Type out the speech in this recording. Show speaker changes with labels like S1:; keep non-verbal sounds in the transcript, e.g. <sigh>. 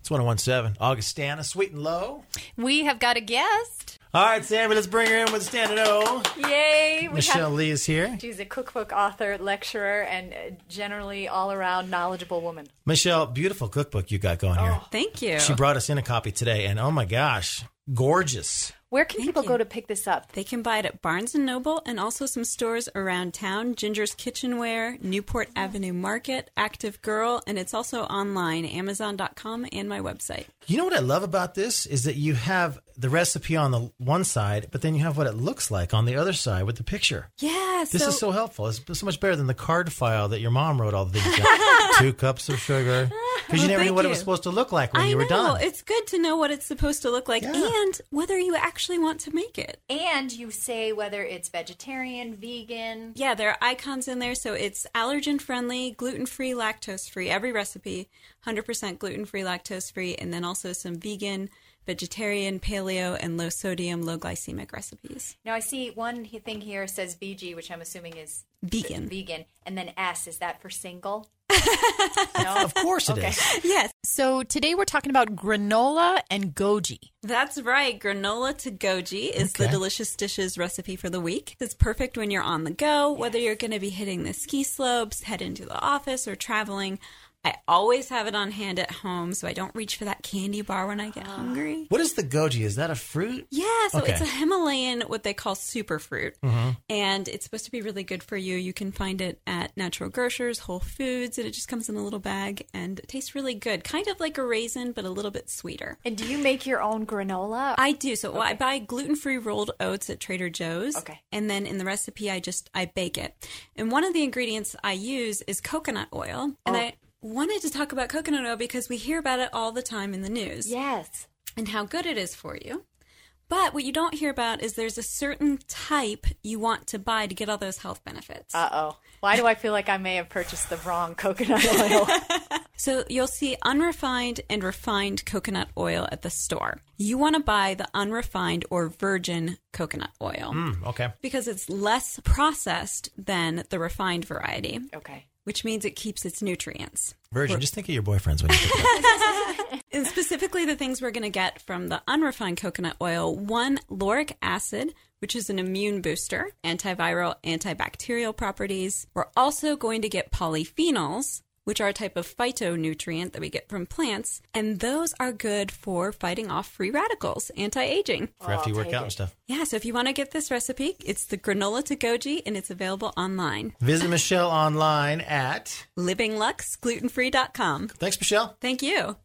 S1: It's 1017. Augustana, sweet and low.
S2: We have got a guest.
S1: All right, Sammy, let's bring her in with Stan and O.
S2: Yay. We
S1: Michelle
S2: have-
S1: Lee is here.
S2: She's a cookbook author, lecturer, and uh, generally all around knowledgeable woman.
S1: Michelle, beautiful cookbook you got going here.
S3: Oh, Thank you.
S1: She brought us in a copy today, and oh my gosh, gorgeous.
S2: Where can people
S3: you.
S2: go to pick this up?
S3: they can buy it at Barnes and Noble and also some stores around town: Ginger's Kitchenware, Newport Avenue Market, Active Girl, and it's also online, Amazon.com, and my website.
S1: You know what I love about this is that you have the recipe on the one side, but then you have what it looks like on the other side with the picture.
S3: Yeah.
S1: This is so helpful. It's so much better than the card file that your mom wrote all the things
S3: <laughs>
S1: down. Two cups of sugar. Because you
S3: Well,
S1: never knew
S3: thank
S1: what it was
S3: you.
S1: supposed to look like when
S3: I
S1: you were
S3: know.
S1: done.
S3: It's good to know what it's supposed to look like
S1: Yeah.
S3: and whether you actually want to make it.
S2: And you say whether it's vegetarian, vegan.
S3: Yeah, there are icons in there, so it's allergen friendly, gluten free, lactose free. Every recipe, 100% gluten free, lactose free, and then also some vegan, vegetarian, paleo, and low sodium, low glycemic recipes.
S2: Now I see one he- thing here says VG, which I'm assuming is
S3: Vegan.
S2: vegan, and then S is that for single?
S1: of course
S3: <laughs>
S1: it is.
S3: yes,
S4: So today we're talking about granola and goji.
S3: that's right. Granola to goji is the
S1: Okay.
S3: delicious dishes recipe for the week. It's perfect when you're on the go, whether you're going to be hitting the ski slopes, head into the office, or traveling. I always have it on hand at home, so I don't reach for that candy bar when I get hungry.
S1: What is the goji? Is that a fruit?
S3: Yeah, so it's
S1: Ah. Okay. Mm-hmm.
S3: a Himalayan, what they call superfruit, and it's supposed to be really good for you. You can find it at natural grocers, Whole Foods, and it just comes in a little bag and it tastes really good, kind of like a raisin, but a little bit sweeter.
S2: And do you make your own granola?
S3: I do. So well, I buy gluten-free rolled oats at Trader Joe's.
S2: Okay.
S3: And then in the recipe, I just I bake it. And one of the ingredients I use is coconut oil.
S2: Oh.
S3: And I wanted to talk about coconut oil because we hear about it all the time in the news
S2: yes.
S3: and how good it is for you. But what you don't hear about is there's a certain type you want to buy to get all those health benefits.
S2: Uh oh. Why do I feel like I may have purchased the wrong coconut oil?
S3: so you'll see unrefined and refined coconut oil at the store. You want to buy the unrefined or virgin coconut oil
S1: Mm, okay.
S3: because it's less processed than the refined variety,
S2: okay.
S3: which means it keeps its nutrients.
S1: Virgin, just think of your boyfriends when you
S2: <laughs>
S1: think about it.
S3: And specifically, the things we're going to get from the unrefined coconut oil one, lauric acid, which is an immune booster, antiviral, antibacterial properties. We're also going to get polyphenols, which are a type of phytonutrient that we get from plants, and those are good for fighting off free radicals, anti aging.
S1: for after you
S2: Oh, I'll
S1: work
S2: take
S1: out
S2: it.
S1: and stuff.
S3: Yeah, so if you want to get this recipe, it's the granola to goji, and it's available online.
S1: Visit Michelle online at.
S3: LivingLuxGlutenFree.com.
S1: Thanks, Michelle.
S3: Thank you.